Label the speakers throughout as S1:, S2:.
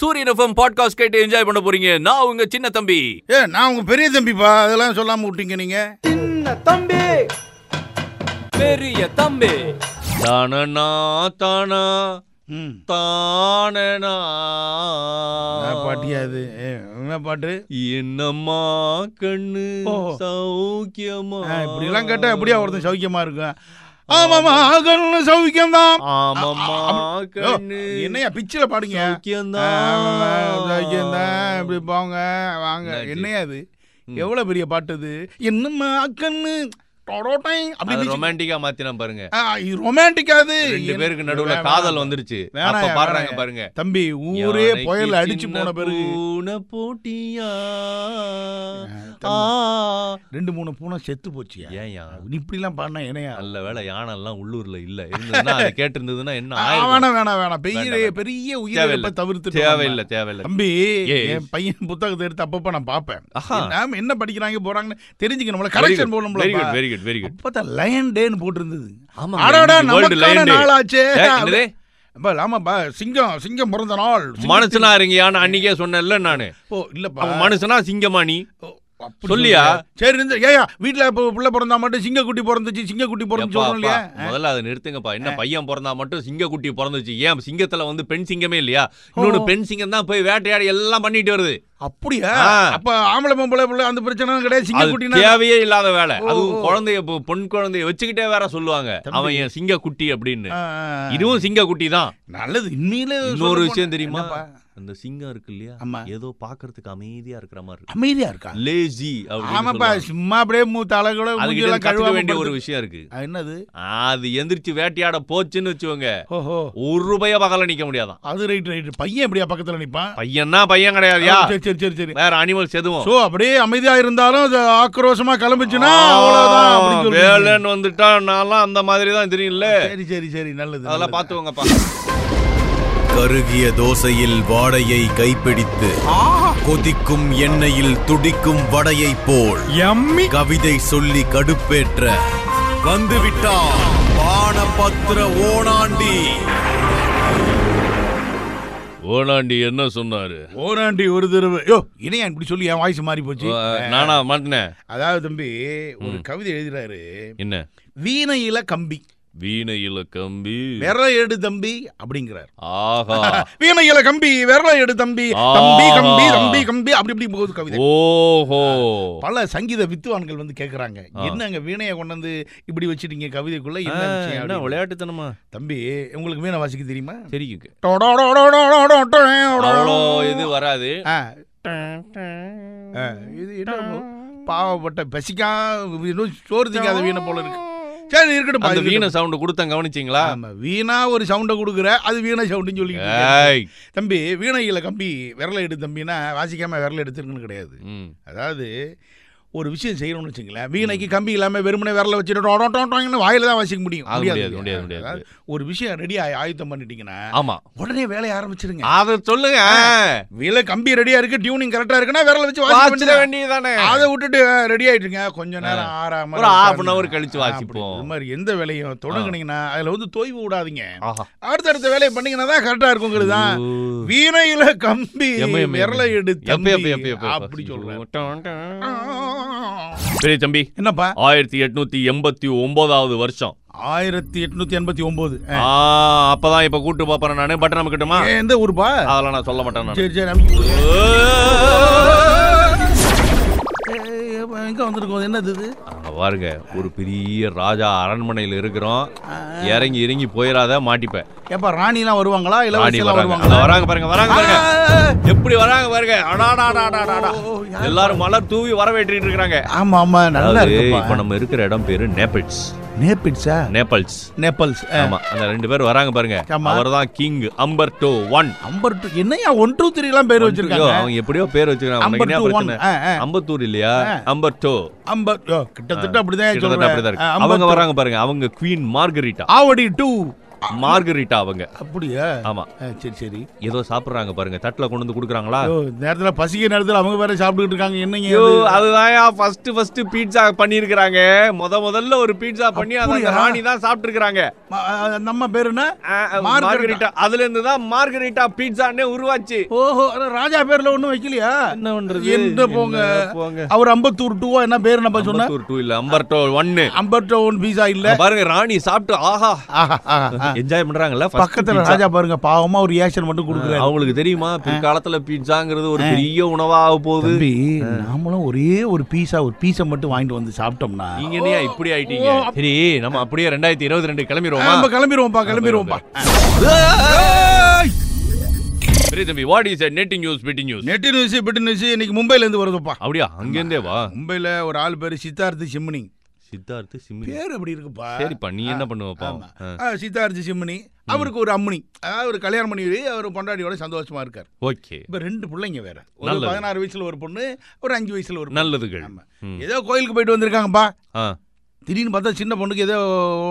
S1: சூரியன் FM podcast கேட்டு enjoy பண்ண போறீங்க நான் உங்க சின்ன தம்பி
S2: ஏ நான் உங்க பெரிய தம்பிப்பா அதெல்லாம் சொல்லாம விட்டீங்க நீங்க
S3: சின்ன தம்பி பெரிய தம்பி
S1: தானனா தானா
S2: ம்,
S1: தானனா
S2: என்ன பாட்டியா இது ஏ, என்ன பாட்டு
S1: என்னம்மா கண்ணு சௌக்கியமா
S2: ஆ, இப்படிலாம் கேட்டா எப்படியா ஒருத்தன் சௌக்கியமா இருக்கும் ஆமாமா கண்ணு சௌக்கியம் தான்
S1: ஆமாம்மா
S2: ஐயோ, என்னையா பிச்சில பாடுங்க ஆமாமா, சௌக்கியம்தான். இப்படி போங்க வாங்க
S1: என்னாச்சு?
S2: என்னையா இது எவ்வளவு பெரிய பாட்டு இது என்னம்மா கண்ணு டொடோட்டை அப்படி இருந்துச்சு.
S1: ரொமான்டிக்கா மாத்தினா பாருங்க
S2: ஆ, இது ரொமான்டிக்கா அது
S1: ரெண்டு பேருக்கு நடுவுல
S2: வேணாம்.
S1: காதல் வந்துருச்சு
S2: வேணாம்,
S1: அப்ப பாடுறாங்க
S2: வேணாம்.
S1: பாருங்க
S2: தம்பி ஊரே
S1: யானைக்கு
S2: புயல் அடிச்சு
S1: சின்ன
S2: போன பிறகு
S1: பூனை போட்டியா
S2: தம்பி.
S1: ஆ.
S2: ரெண்டு மூணு பூனை செத்து போச்சியா
S1: ஏன்யா
S2: நீ இப்படிலாம் பாடினா என்னையா
S1: நல்ல வேளை யானை எல்லாம் உள்ளூர்ல இல்ல இருந்ததுன்னா அது கேட்டிருந்ததுன்னா என்ன
S2: ஆ,
S1: ஆயிருக்கும்?
S2: வேணாம் வேணாம் வேணாம் பெரிய
S1: வேண்டாம்.
S2: பெரிய
S1: தேவையில்ல.
S2: உயிரிழப்பை தவிர்த்து
S1: தேவையில்ல தேவையில்ல
S2: தம்பி
S1: Yes.
S2: என் பையன் புத்தகத்தை எடுத்து அப்பப்ப நான் பார்ப்பேன்
S1: ஆஹா
S2: நாம என்ன படிக்கிறாங்க போறாங்கன்னு தெரிஞ்சுக்கணும்ல
S1: வெரி
S2: கரெக்ஷன்
S1: குட் வெரி
S2: போடணும்ல
S1: good very good very good
S2: அப்பதான் லயன் டேன்னு போட்டிருந்தது
S1: ஆமா
S2: அடடா நமக்கான நாள் ஆச்சே
S1: என்னது
S2: அப்பா, ஆமாப்பா சிங்கம் சிங்கம் பிறந்த நாள் சிங்கத்தின்-
S1: மனுஷனா இருங்கயான்னு அன்னைக்கே சொன்னேன்ல நானு
S2: ஓ இல்லப்பா
S1: அவன் மனுஷனா சிங்கமாணி
S2: ஓ, அப்படி
S1: சொல்லியா?
S2: சொல்றியா? சரி இருந்து ஏயா வீட்டுல இப்போ பிள்ளை பிறந்தா மட்டும் சிங்கக்குட்டி பிறந்துச்சு சிங்கக்குட்டி பிறந்துச்சு
S1: எப்பா,
S2: சொல்றோம் இல்லையா
S1: அப்பா, முதல்ல அதை நிறுத்துங்கப்பா என்ன பையன் பிறந்தா மட்டும் சிங்கக்குட்டி பிறந்துச்சு ஏன் சிங்கத்துல வந்து பெண் சிங்கமே இல்லையா இன்னொன்னு பெண் சிங்கம் தான் போய் வேட்டையாடி எல்லாம் பண்ணிட்டு வருது
S2: அப்படியா
S1: ஆ.
S2: அப்ப ஆம்பளை பொம்பளை பிள்ளை அந்த பிரச்சனை கிடையாது
S1: அது
S2: சிங்கக்குட்டினா
S1: தேவையே இல்லாத வேலை
S2: ஓ,
S1: அதுவும்
S2: ஓ.
S1: குழந்தைய பொ- பொன் குழந்தைய வச்சுக்கிட்டே வேற சொல்லுவாங்க
S2: தம்பி.
S1: அவன் என் சிங்கக்குட்டி அப்படின்னு
S2: ஆ, ஆ, ஆ.
S1: இதுவும் சிங்கக்குட்டி தான்
S2: நல்லது இன்னில
S1: இன்னொரு
S2: சொல்லப்
S1: விஷயம்
S2: போனா-
S1: தெரியுமா?
S2: என்னப்பா?
S1: அந்த சிங்கம் இருக்கு இல்லையா
S2: ஆமா.
S1: ஏதோ பாக்குறதுக்கு அமைதியா இருக்கிற மாதிரி இருக்கு
S2: அமைதியா இருக்கா
S1: லேஜி
S2: ஆமாப்பா
S1: அப்படின்னு
S2: சும்மா அப்படியே மூ தலை கூட மூஞ்சி
S1: அதுக்கிட்ட
S2: எல்லாம்
S1: கத்துக்க
S2: கழுவாம
S1: வேண்டிய ஒரு
S2: படுத்து-
S1: விஷயம் இருக்கு
S2: ஆ, என்னது
S1: அது எந்திரிச்சு வேட்டையாட போச்சுன்னு வச்சுக்கோங்க
S2: ஓஹோ
S1: ஒரு ரூபாய பக்கத்துல நிக்க முடியாதான்
S2: அது ரைட் ரைட் பையன் எப்படியா பக்கத்துல நிப்பான்
S1: பையன்னா பையன்
S2: ஆ,
S1: கிடையாதுயா
S2: சரி சரி சரி சரி
S1: வேற அனிமல்ஸ் எதுவும்
S2: சோ அப்படியே அமைதியா இருந்தாலும் அது ஆக்ரோஷமா கிளம்பிச்சுன்னா அவ்வளவுதான் அப்படின்னு
S1: ஆ,
S2: சொல்றீங்க.
S1: வேலைன்னு வந்துட்டா நான்லாம் அந்த மாதிரி தான் தெரியும்ல
S2: சரி சரி சரி நல்லது
S1: அதெல்லாம்
S2: நல்லது.
S1: பாத்துக்கோங்கப்பா
S4: கருகிய தோசையில் வாடையை கைப்பிடித்து கொதிக்கும் எண்ணெயில் துடிக்கும் வடையைப் போல் கவிதை சொல்லி கடுப்பேற்ற வந்துவிட்டான் பானபத்திர ஓணாண்டி
S1: ஓனாண்டி என்ன சொன்னாரு
S2: ஓராண்டி ஒரு தடவை யோ இணையா இப்படி சொல்லி என் வாய்ஸ் மாறி போச்சு
S1: நானா மாட்டினேன்
S2: அதாவது தம்பி ஒரு கவிதை எழுதுறாரு
S1: என்ன
S2: வீணையில கம்பி
S1: வீணையில கம்பி
S2: விரல எடு தம்பி அப்படிங்கிறார்
S1: ஆஹா
S2: வீணையில கம்பி விரல எடு தம்பி தம்பி கம்பி தம்பி கம்பி அப்படி இப்படி போகுது கவிதை
S1: ஓஹோ
S2: பல சங்கீத வித்துவான்கள் வந்து கேக்குறாங்க
S1: ஆ.
S2: என்னங்க வீணையை கொண்டு வந்து இப்படி வச்சிட்டீங்க கவிதைக்குள்ள
S1: ஆ,
S2: என்ன விஷயம்
S1: என்ன
S2: அப்படின்னு.
S1: விளையாட்டுத்தனமா
S2: தம்பி உங்களுக்கு வீணை வாசிக்க தெரியுமா
S1: தெரியுங்க அவ்வளோ இது
S2: டொடொடொடொடொடொடொடொ.
S1: வராது
S2: ஆ, ஆ, இது என்ன பாவப்பட்ட பசிக்கா இன்னும் சோறு திங்காத வீணை போல இருக்கு சரி இருக்கட்டும்
S1: அந்த வீணை
S2: வீணை
S1: சவுண்ட் கொடுத்தேன் கவனிச்சிங்களா
S2: ஆமா வீணா ஒரு சவுண்டை கொடுக்குற அது வீணை சவுண்டுன்னு சொல்லிக்கிட்டு இருக்காரு.
S1: ஏய்
S2: தம்பி வீணையில கம்பி விரல எடு தம்பினா வாசிக்காம விரல எடுத்துருக்குன்னு கிடையாது
S1: ம்.
S2: அதாவது ஒரு விஷயம் செய்யணும்னு வச்சுங்களேன் வீணைக்கு கம்பி இல்லாம வெறுமனே விரல வச்சுட்டு வாயில தான் வாசிக்க முடியும்
S1: அது முடியாது,
S2: முடியாது.
S1: முடியாது, முடியாது.
S2: அதாவது, ஒரு விஷயம் ரெடி ஆயி ஆயுத்தம் பண்ணிட்டீங்கன்னா
S1: ஆமா
S2: உடனே வேலையை ஆரம்பிச்சிருங்க
S1: அத சொல்லுங்க
S2: வீல கம்பி ரெடியா இருக்கு டியூனிங் கரெக்டா இருக்குன்னா விரல வச்சு
S1: வாசிட
S2: வாசிக்க
S1: வேண்டியதானே
S2: அதை விட்டுட்டு ரெடி ஆயிட்டுங்க கொஞ்ச நேரம் ஆறாம
S1: ஒரு half an
S2: உட்கார்ந்து-
S1: hour கழிச்சு
S2: ஆ,
S1: வாசிப்போம்.
S2: அப்படி. இது மாதிரி எந்த வேலையும் தொடங்குனீங்கன்னா அதுல வந்து தோய்வு விடாதீங்க
S1: ஆஹா.
S2: அடுத்தடுத்த வேலையை பண்ணீங்கன்னா தான் கரெக்டா இருக்குங்கிறது தான்
S1: ஓ.
S2: வீணையில கம்பி
S1: எம்ம, எம்ம,
S2: விரல
S1: எம்ம.
S2: எடுத்து
S1: எப்ப, எப்ப, எப்ப, எப்ப, எப்ப?
S2: அப்படி சொல்றேன்
S1: டான், டான். பெரிய தம்பி
S2: என்னப்பா
S1: ஆயிரத்தி எட்நூத்தி எண்பத்தி ஒன்பதாவது வருஷம்
S2: ஆயிரத்தி எட்நூத்தி எண்பத்தி ஒன்பது
S1: ஆ, அப்பதான் இப்ப கூட்டு பாப்பறேன் நானு பட் நமக்கு கிட்டுமா
S2: ஏன் எந்த ஊருப்பா
S1: அதெல்லாம் நான் சொல்ல மாட்டேன் நானு.
S2: சரி சரி அமுக்கி. ஏய், எப்ப, எங்க வந்திருக்கோம் என்னது இது
S1: அங்க பாருங்க ஒரு பெரிய ராஜா அரண்மனையில இருக்கிறோம் இறங்கி இறங்கி போயிடாத மாட்டிப்ப
S2: ஏப்பா ராணி எல்லாம் வருவாங்களா
S1: ராணி
S2: இளவரசி எல்லாம்
S1: வராங்க அதோ
S2: வருவாங்களா
S1: வராங்க பாருங்க வராங்க பாருங்க எப்படி வராங்க பாருங்க அடாடாடாடாடா.
S2: ஓ, ஓ, யார்
S1: எல்லாரும் மலர் தூவி வரவேற்றிட்டு இருக்காங்க
S2: ஆமா ஆமா நல்லா
S1: அதாவது இப்ப
S2: இருக்குப்பா
S1: நம்ம இருக்கிற இடம் பேரு நேபிள்ஸ்
S2: நேபிட்ஸா
S1: நேபிள்ஸ்
S2: நேபல்ஸ் ஆ.
S1: ஆமா அந்த ரெண்டு பேர் வராங்க பாருங்க
S2: ஆமா.
S1: அவர்தான் king amber two one
S2: amber two என்னையா ஒன் டூ த்ரீ எல்லாம் பேர்
S1: ஐயோ,
S2: வச்சிருக்காங்க
S1: அவங்க எப்படியோ பேர் வச்சுக்கிறாங்க
S2: அம்பர்
S1: அவனுக்கு என்ன
S2: டூ ஒன்
S1: பிரச்சனை? அம்பத்தூர் இல்லையா அம்பர் டூ
S2: அம்பர் ஓ, கிட்டத்தட்ட அப்படிதான்
S1: கிட்டத்தட்ட அப்படிதான்
S2: சொல்றேன்
S1: இருக்கு
S2: அம்பர்
S1: அவங்க
S2: two.
S1: வராங்க பாருங்க அவங்க queen margherita
S2: Avadi two
S1: margherita அவங்க
S2: அப்படியா
S1: ஆமா
S2: ஆ, சரி சரி
S1: ஏதோ சாப்பிடுறாங்க பாருங்க தட்டுல கொண்டு வந்து குடுக்குறாங்களா
S2: ஐயோ, நேரத்துல பசிக்க நேரத்துல அவங்க வேற சாப்பிட்டுக்கிட்டு இருக்காங்க என்னங்க
S1: ஐயோ
S2: இது?
S1: அதுதான் ஃபர்ஸ்ட் ஃபர்ஸ்ட் பீட்சா பண்ணியிருக்கிறாங்க முத முதல்ல ஒரு பீட்சா பண்ணி அதை அந்த
S2: அப்படியா?
S1: ராணி தான் சாப்பிட்டுருக்காங்க
S2: ம- ஆ, நம்ம பேரு என்ன மார்கரிட்டா.
S1: மார்கரிட்டா அதுல இருந்து தான் மார்கரிட்டா பீட்சானே உருவாச்சு
S2: ஓஹோ அது ராஜா பேர்ல ஒண்ணும் வைக்கலையா
S1: என்ன பண்றது?
S2: என்ன போங்க
S1: என்ன போங்க.
S2: அவர் அம்பத்தூர் டூவா என்ன பேர் நம்ம சொன்ன
S1: அம்பத்தூர் டூ இல்ல அம்பர்டோ ஒன்னு
S2: அம்பத்தூர் ஒன் பீஸா இல்ல
S1: பாருங்க ராணி சாப்பிட்டு ஆஹா
S2: ஆஹா, ஆஹா.
S1: என்ஜாய் பண்றாங்கல்ல first
S2: பக்கத்துல
S1: pizza.
S2: ராஜா பாருங்க பாவமா ஒரு ரியாக்ஷன் மட்டும் கொடுக்குறாரு
S1: அவங்களுக்கு தெரியுமா பிற்காலத்துல பீட்சாங்கிறது ஒரு பெரிய உணவா ஆக போகுது
S2: தம்பி நாமளும் ஒரே ஒரு பீஸா ஒரு பீஸை மட்டும் வாங்கிட்டு வந்து சாப்பிட்டோம்னா
S1: நீங்க என்னையா இப்படி ஆயிட்டீங்க சரி நம்ம அப்படியே ரெண்டாயிரத்தி இருபத்தி ரெண்டு கிளம்பிடுவோமா
S2: நம்ம கிளம்பிடுவோம்பா கிளம்பிடுவோம்பா
S1: பெரிய தம்பி வாட் இஸ் நெட்டிங் நியூஸ் பிட்டி நியூஸ்
S2: நெட்டு நியூஸ் பிட்டு நியூஸ் இன்னைக்கு மும்பைல இருந்து வருதுப்பா
S1: அப்படியா அங்கேருந்தே வா
S2: மும்பைல ஒரு ஆள் பேரு சித்தார்த் சிம்னி
S1: சித்தார்த்து சிம்மி
S2: பேர் அப்படி இருக்குப்பா
S1: சரிப்பா நீ என்ன பண்ணுவப்பா ஆ,
S2: ஆ, சித்தார்த் சிம்னி அவருக்கு ஒரு அம்மணி அதாவது ஒரு கல்யாணம் பண்ணி அவர் பொண்டாடியோட சந்தோஷமா இருக்கார்
S1: ஓகே
S2: இப்ப ரெண்டு பிள்ளைங்க வேற ஒரு
S1: நல்லது.
S2: பதினாறு வயசுல ஒரு பொண்ணு ஒரு அஞ்சு வயசுல ஒரு பொண்ணு.
S1: நல்லதுகள்
S2: ஆமா.
S1: ம்.
S2: ஏதோ கோயிலுக்கு போயிட்டு வந்திருக்காங்கப்பா
S1: ஆ,
S2: திடீர்னு பார்த்தா சின்ன பொண்ணுக்கு ஏதோ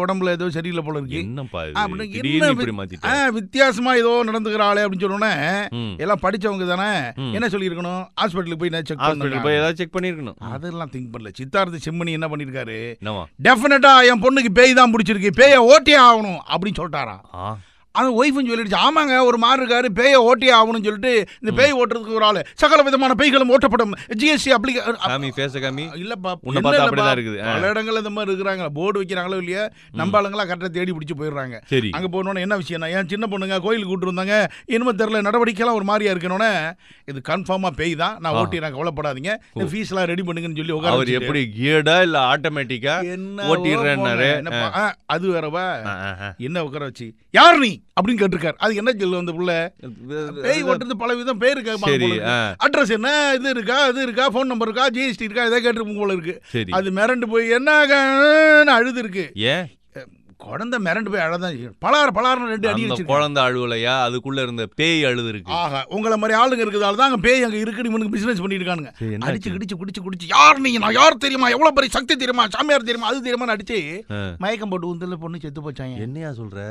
S2: உடம்புல ஏதோ சரியில்லை போல இருக்கு
S1: என்னப்பா
S2: ஆ,
S1: இது
S2: அப்படின்னு என்ன
S1: திடீர்னு இப்படி
S2: வித்- ஆ,
S1: மாத்திட்டேன்
S2: வித்தியாசமா ஏதோ நடந்துக்கிறாளே அப்படின்னு சொன்னோன்னே
S1: ம்
S2: எல்லாம் படிச்சவங்க தானே
S1: ம்.
S2: என்ன சொல்லியிருக்கணும் ஹாஸ்பிட்டலுக்கு போய் நான் செக்
S1: ஹாஸ்பிட்டல் போய்
S2: பண்ணுங்க
S1: ஏதாவது செக் பண்ணிருக்கணும்
S2: அதெல்லாம் திங்க் பண்ணல சித்தார்த்த செம்மணி என்ன பண்ணிருக்காரு
S1: என்னவா
S2: டெஃபினட்டா என் பொண்ணுக்கு பேய் தான் பிடிச்சிருக்கு பேயை ஓட்டே ஆகணும் அப்படின்னு சொல்லிட்டாராம்
S1: ஆ
S2: அந்த ஒய்ஃபும் சொல்லிடுச்சு ஆமாங்க ஒரு மாறு இருக்காரு பேயை ஓட்டே ஆகணும்னு சொல்லிட்டு இந்த பேய் ஓட்டுறதுக்கு ஒரு ஆளு சகல விதமான பேய்களும் ஓட்டப்படும் ஜிஎஸ்டி அப்ளிகே
S1: காமி பேச காமி
S2: இல்லப்பா
S1: உன்னை
S2: என்ன
S1: பார்த்தா
S2: இல்லப்பா,
S1: அப்படிதான் இருக்குது. ஆ.
S2: பல இடங்கள்ல இந்த மாதிரி இருக்கிறாங்க போர்டு வைக்கிறாங்களோ இல்லையா நம்ம ஆளுங்களா கரெக்டா தேடி பிடிச்சு போயிடுறாங்க
S1: சரி
S2: அங்க போனோன்னு என்ன விஷயம்னா ஏன் சின்ன பொண்ணுங்க கோயிலுக்கு கூட்டு இருந்தாங்க இனிமே தெரியல நடவடிக்கைலாம் ஒரு மாதிரியா இருக்கணும்னே இது கன்ஃபார்மா பேய் தான் நான்
S1: ஆ.
S2: ஓட்டி நான் கவலைப்படாதீங்க இந்த ஃபீஸ் எல்லாம் ரெடி பண்ணுங்கன்னு சொல்லி உட்கார
S1: அவர்
S2: வச்சுட்டு,
S1: எப்படி கியர்டா இல்ல ஆட்டோமேட்டிக்கா
S2: என்ன
S1: ஓட்டிடுறேன்னாரு.
S2: ஓ போங்க, என்னப்பா, ஆ, அது வேறவா என்ன உட்கார வச்சு யார் நீ அப்படின்னு கேட்டிருக்காரு அது என்ன சொல்லு அந்த புள்ள பேய் ஓட்டுறது பல விதம் பேர்
S1: சரி
S2: இருக்கா
S1: ஆ,
S2: அட்ரஸ் என்ன இது இருக்கா அது இருக்கா ஃபோன் நம்பர் இருக்கா ஜிஎஸ்டி இருக்கா இதை கேட்டிருப்போம் போல இருக்கு
S1: சரி
S2: அது மிரண்டு போய் என்ன அழுது இருக்கு
S1: ஏன்
S2: குழந்தை மிரண்டு போய் அழதான் செய்யும். பலார் பலார்னு ரெண்டு
S1: அந்த
S2: அடி அடிச்சிருக்கு
S1: குழந்தை அழுவலையா அதுக்குள்ள இருந்த பேய் அழுது இருக்கு
S2: ஆஹா உங்களை மாதிரி ஆளுங்க இருக்கிறதால தான் அங்க பேய் அங்க இருக்குன்னு இவனுக்கு பிசினஸ் பண்ணிருக்கானுங்க
S1: சரி, என்ன
S2: அடிச்சு கிடிச்சு குடிச்சு குடிச்சு யார் நீங்க நான் யார் தெரியுமா எவ்வளவு பெரிய சக்தி தெரியுமா சாமியார் தெரியுமா அது தெரியுமான்னு அடிச்சு
S1: ஆ.
S2: மயக்கம் போட்டு உந்தல பொண்ணு செத்து போச்சாங்க
S1: என்னையா சொல்ற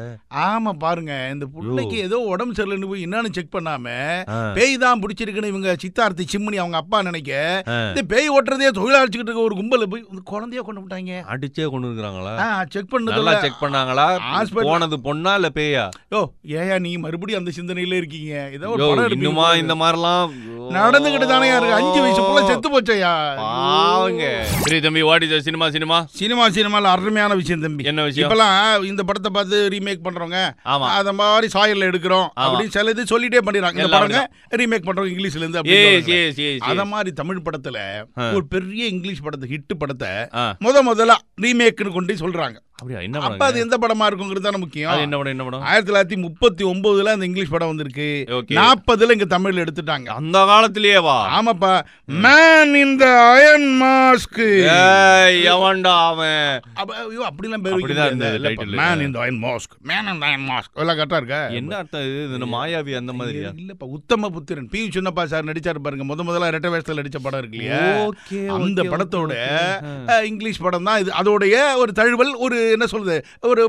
S2: ஆமா பாருங்க இந்த பிள்ளைக்கு ஏதோ உடம்பு சரியில்லைன்னு போய் என்னன்னு செக் பண்ணாம
S1: ஆ,
S2: பேய் தான் பிடிச்சிருக்குன்னு இவங்க சித்தார்த்தி சிம்னி அவங்க அப்பா நினைக்க
S1: ஆ.
S2: இந்த பேய் ஓட்டுறதே தொழிலாளிச்சுக்கிட்டு இருக்க ஒரு கும்பல போய் இந்த குழந்தைய கொண்டு விட்டாங்க
S1: அடிச்சே கொண்டு இருக்கிறாங்களா
S2: ஆ செக் பண்ணது
S1: நல்லா செக் பண்ணாங்களா
S2: hospital-
S1: போனது பொண்ணா இல்ல பேயா
S2: ஓ ஏயா நீங்க மறுபடியும் அந்த சிந்தனையில இருக்கீங்க ஏதோ ஒரு
S1: யோ,
S2: படம் எடுப்பீங்க
S1: இன்னுமா
S2: போல
S1: இந்த மாதிரிலாம்
S2: நடந்துகிட்டு தானே இருக்கு அஞ்சு வயசு புள்ள செத்து போச்சையா
S1: பாவங்க சரி தம்பி what is cinema cinema
S2: cinema சினிமால அருமையான விஷயம் தம்பி
S1: என்ன விஷயம்
S2: இப்பெல்லாம் இந்த படத்தை பார்த்து ரீமேக் பண்றவங்க
S1: ஆமா
S2: அத மாதிரி சாயல்ல எடுக்கிறோம்
S1: ஆமா.
S2: அப்படின்னு சில இது சொல்லிட்டே பண்ணிடுறாங்க இந்த
S1: எல்லாம்
S2: படங்க ரீமேக் பண்றவங்க இங்கிலீஷ்ல இருந்து
S1: ஏ
S2: அப்படின்னு
S1: சே
S2: சொல்றாங்க.
S1: சே
S2: அத மாதிரி தமிழ் படத்துல
S1: ஆ.
S2: ஒரு பெரிய இங்கிலீஷ் படத்தை ஹிட் படத்தை
S1: ஆ.
S2: முத முதல்ல ரீமேக்னு கொண்டு சொல்றாங்க
S1: அப்படியா என்ன
S2: அப்ப
S1: படம்
S2: அது எந்த படமா இருக்குங்கிறது தான் முக்கியம்
S1: அது என்ன படம் என்ன படம்
S2: ஆயிரத்தி தொள்ளாயிரத்தி முப்பத்தி ஒன்பதுல அந்த இங்கிலீஷ் படம் வந்திருக்கு
S1: ஓகே
S2: நாற்பதுல இங்க தமிழ்ல எடுத்துட்டாங்க
S1: அந்த காலத்திலேயே வா
S2: ஆமாப்பா man in the iron mask
S1: ஏய் எவன்டா அவன்
S2: அப்படிலாம்
S1: அப்படிதான் இருந்தது title.
S2: Man in the iron mask man in the iron mask எல்லாம் கரெக்டா இருக்கா
S1: என்ன அர்த்தம் இது இது என்ன மாயாவி அந்த மாதிரியா
S2: இல்ல- இல்லப்பா உத்தம புத்திரன் பி சின்னப்பா சார் நடிச்சாரு பாருங்க முத முதல்ல ரெட்ட வேஷத்துல நடிச்ச படம் இருக்கு இல்லையா
S1: ஓகே
S2: அந்த படத்தோட அஹ், இங்கிலீஷ் படம் தான் இது அதோடைய ஒரு தழுவல் ஒரு என்ன சொல்றது ஒரு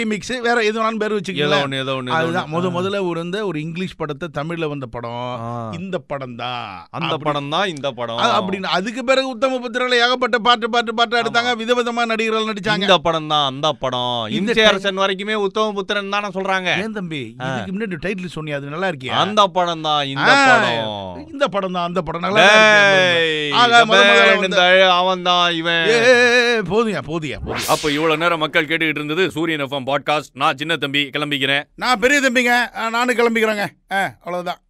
S2: ரீமிக்ஸ் வேற எது வேணாலும் பேர்
S1: ஏதோ
S2: வச்சுக்கலாம்
S1: ஒண்ணு ஏதோ ஒண்ணு
S2: அதுதான் முத முதல்ல ஒரு வந்து ஒரு இங்கிலீஷ் படத்தை தமிழ்ல வந்த படம் இந்த படம் தான்
S1: அந்த படம் தான் இந்த படம்
S2: அப்படின்னு அதுக்கு பிறகு உத்தம புத்திரில ஏகப்பட்ட பாட்டு பாட்டு பாட்டு எடுத்தாங்க விதவிதமா நடிகர்கள் நடிச்சாங்க
S1: இந்த படம் தான் அந்த படம்
S2: இந்த
S1: இன்சேரசன் வரைக்குமே உத்தம புத்திரன் தானே சொல்றாங்க
S2: ஏன் தம்பி இதுக்கு முன்னாடி டைட்டில் சொன்னியா அது நல்லா இருக்கியா
S1: அந்த படம் தான் இந்த
S2: ஆ,
S1: படம்
S2: இந்த படம் தான் அந்த படம் நல்லா தான் இருக்கு.
S1: டேய்,
S2: ஆக,
S1: இந்த
S2: முத முதல்ல
S1: பேன் இந்த அவன் தான் இவன்
S2: ஏய், ஏய், ஏய், போதுயா போதுயா போதும்
S3: அப்போ இவ்வளவு நேரம் மக்கள் கேட்டுக்கிட்டு இருந்தது சூரியன் எஃப்எம் பாட்காஸ்ட் நான் சின்ன தம்பி கிளம்பிக்கிறேன்
S2: நான் பெரிய தம்பிங்க ஆ, நானும் கிளம்பிக்கிறேங்க ஆ அவ்வளவுதான்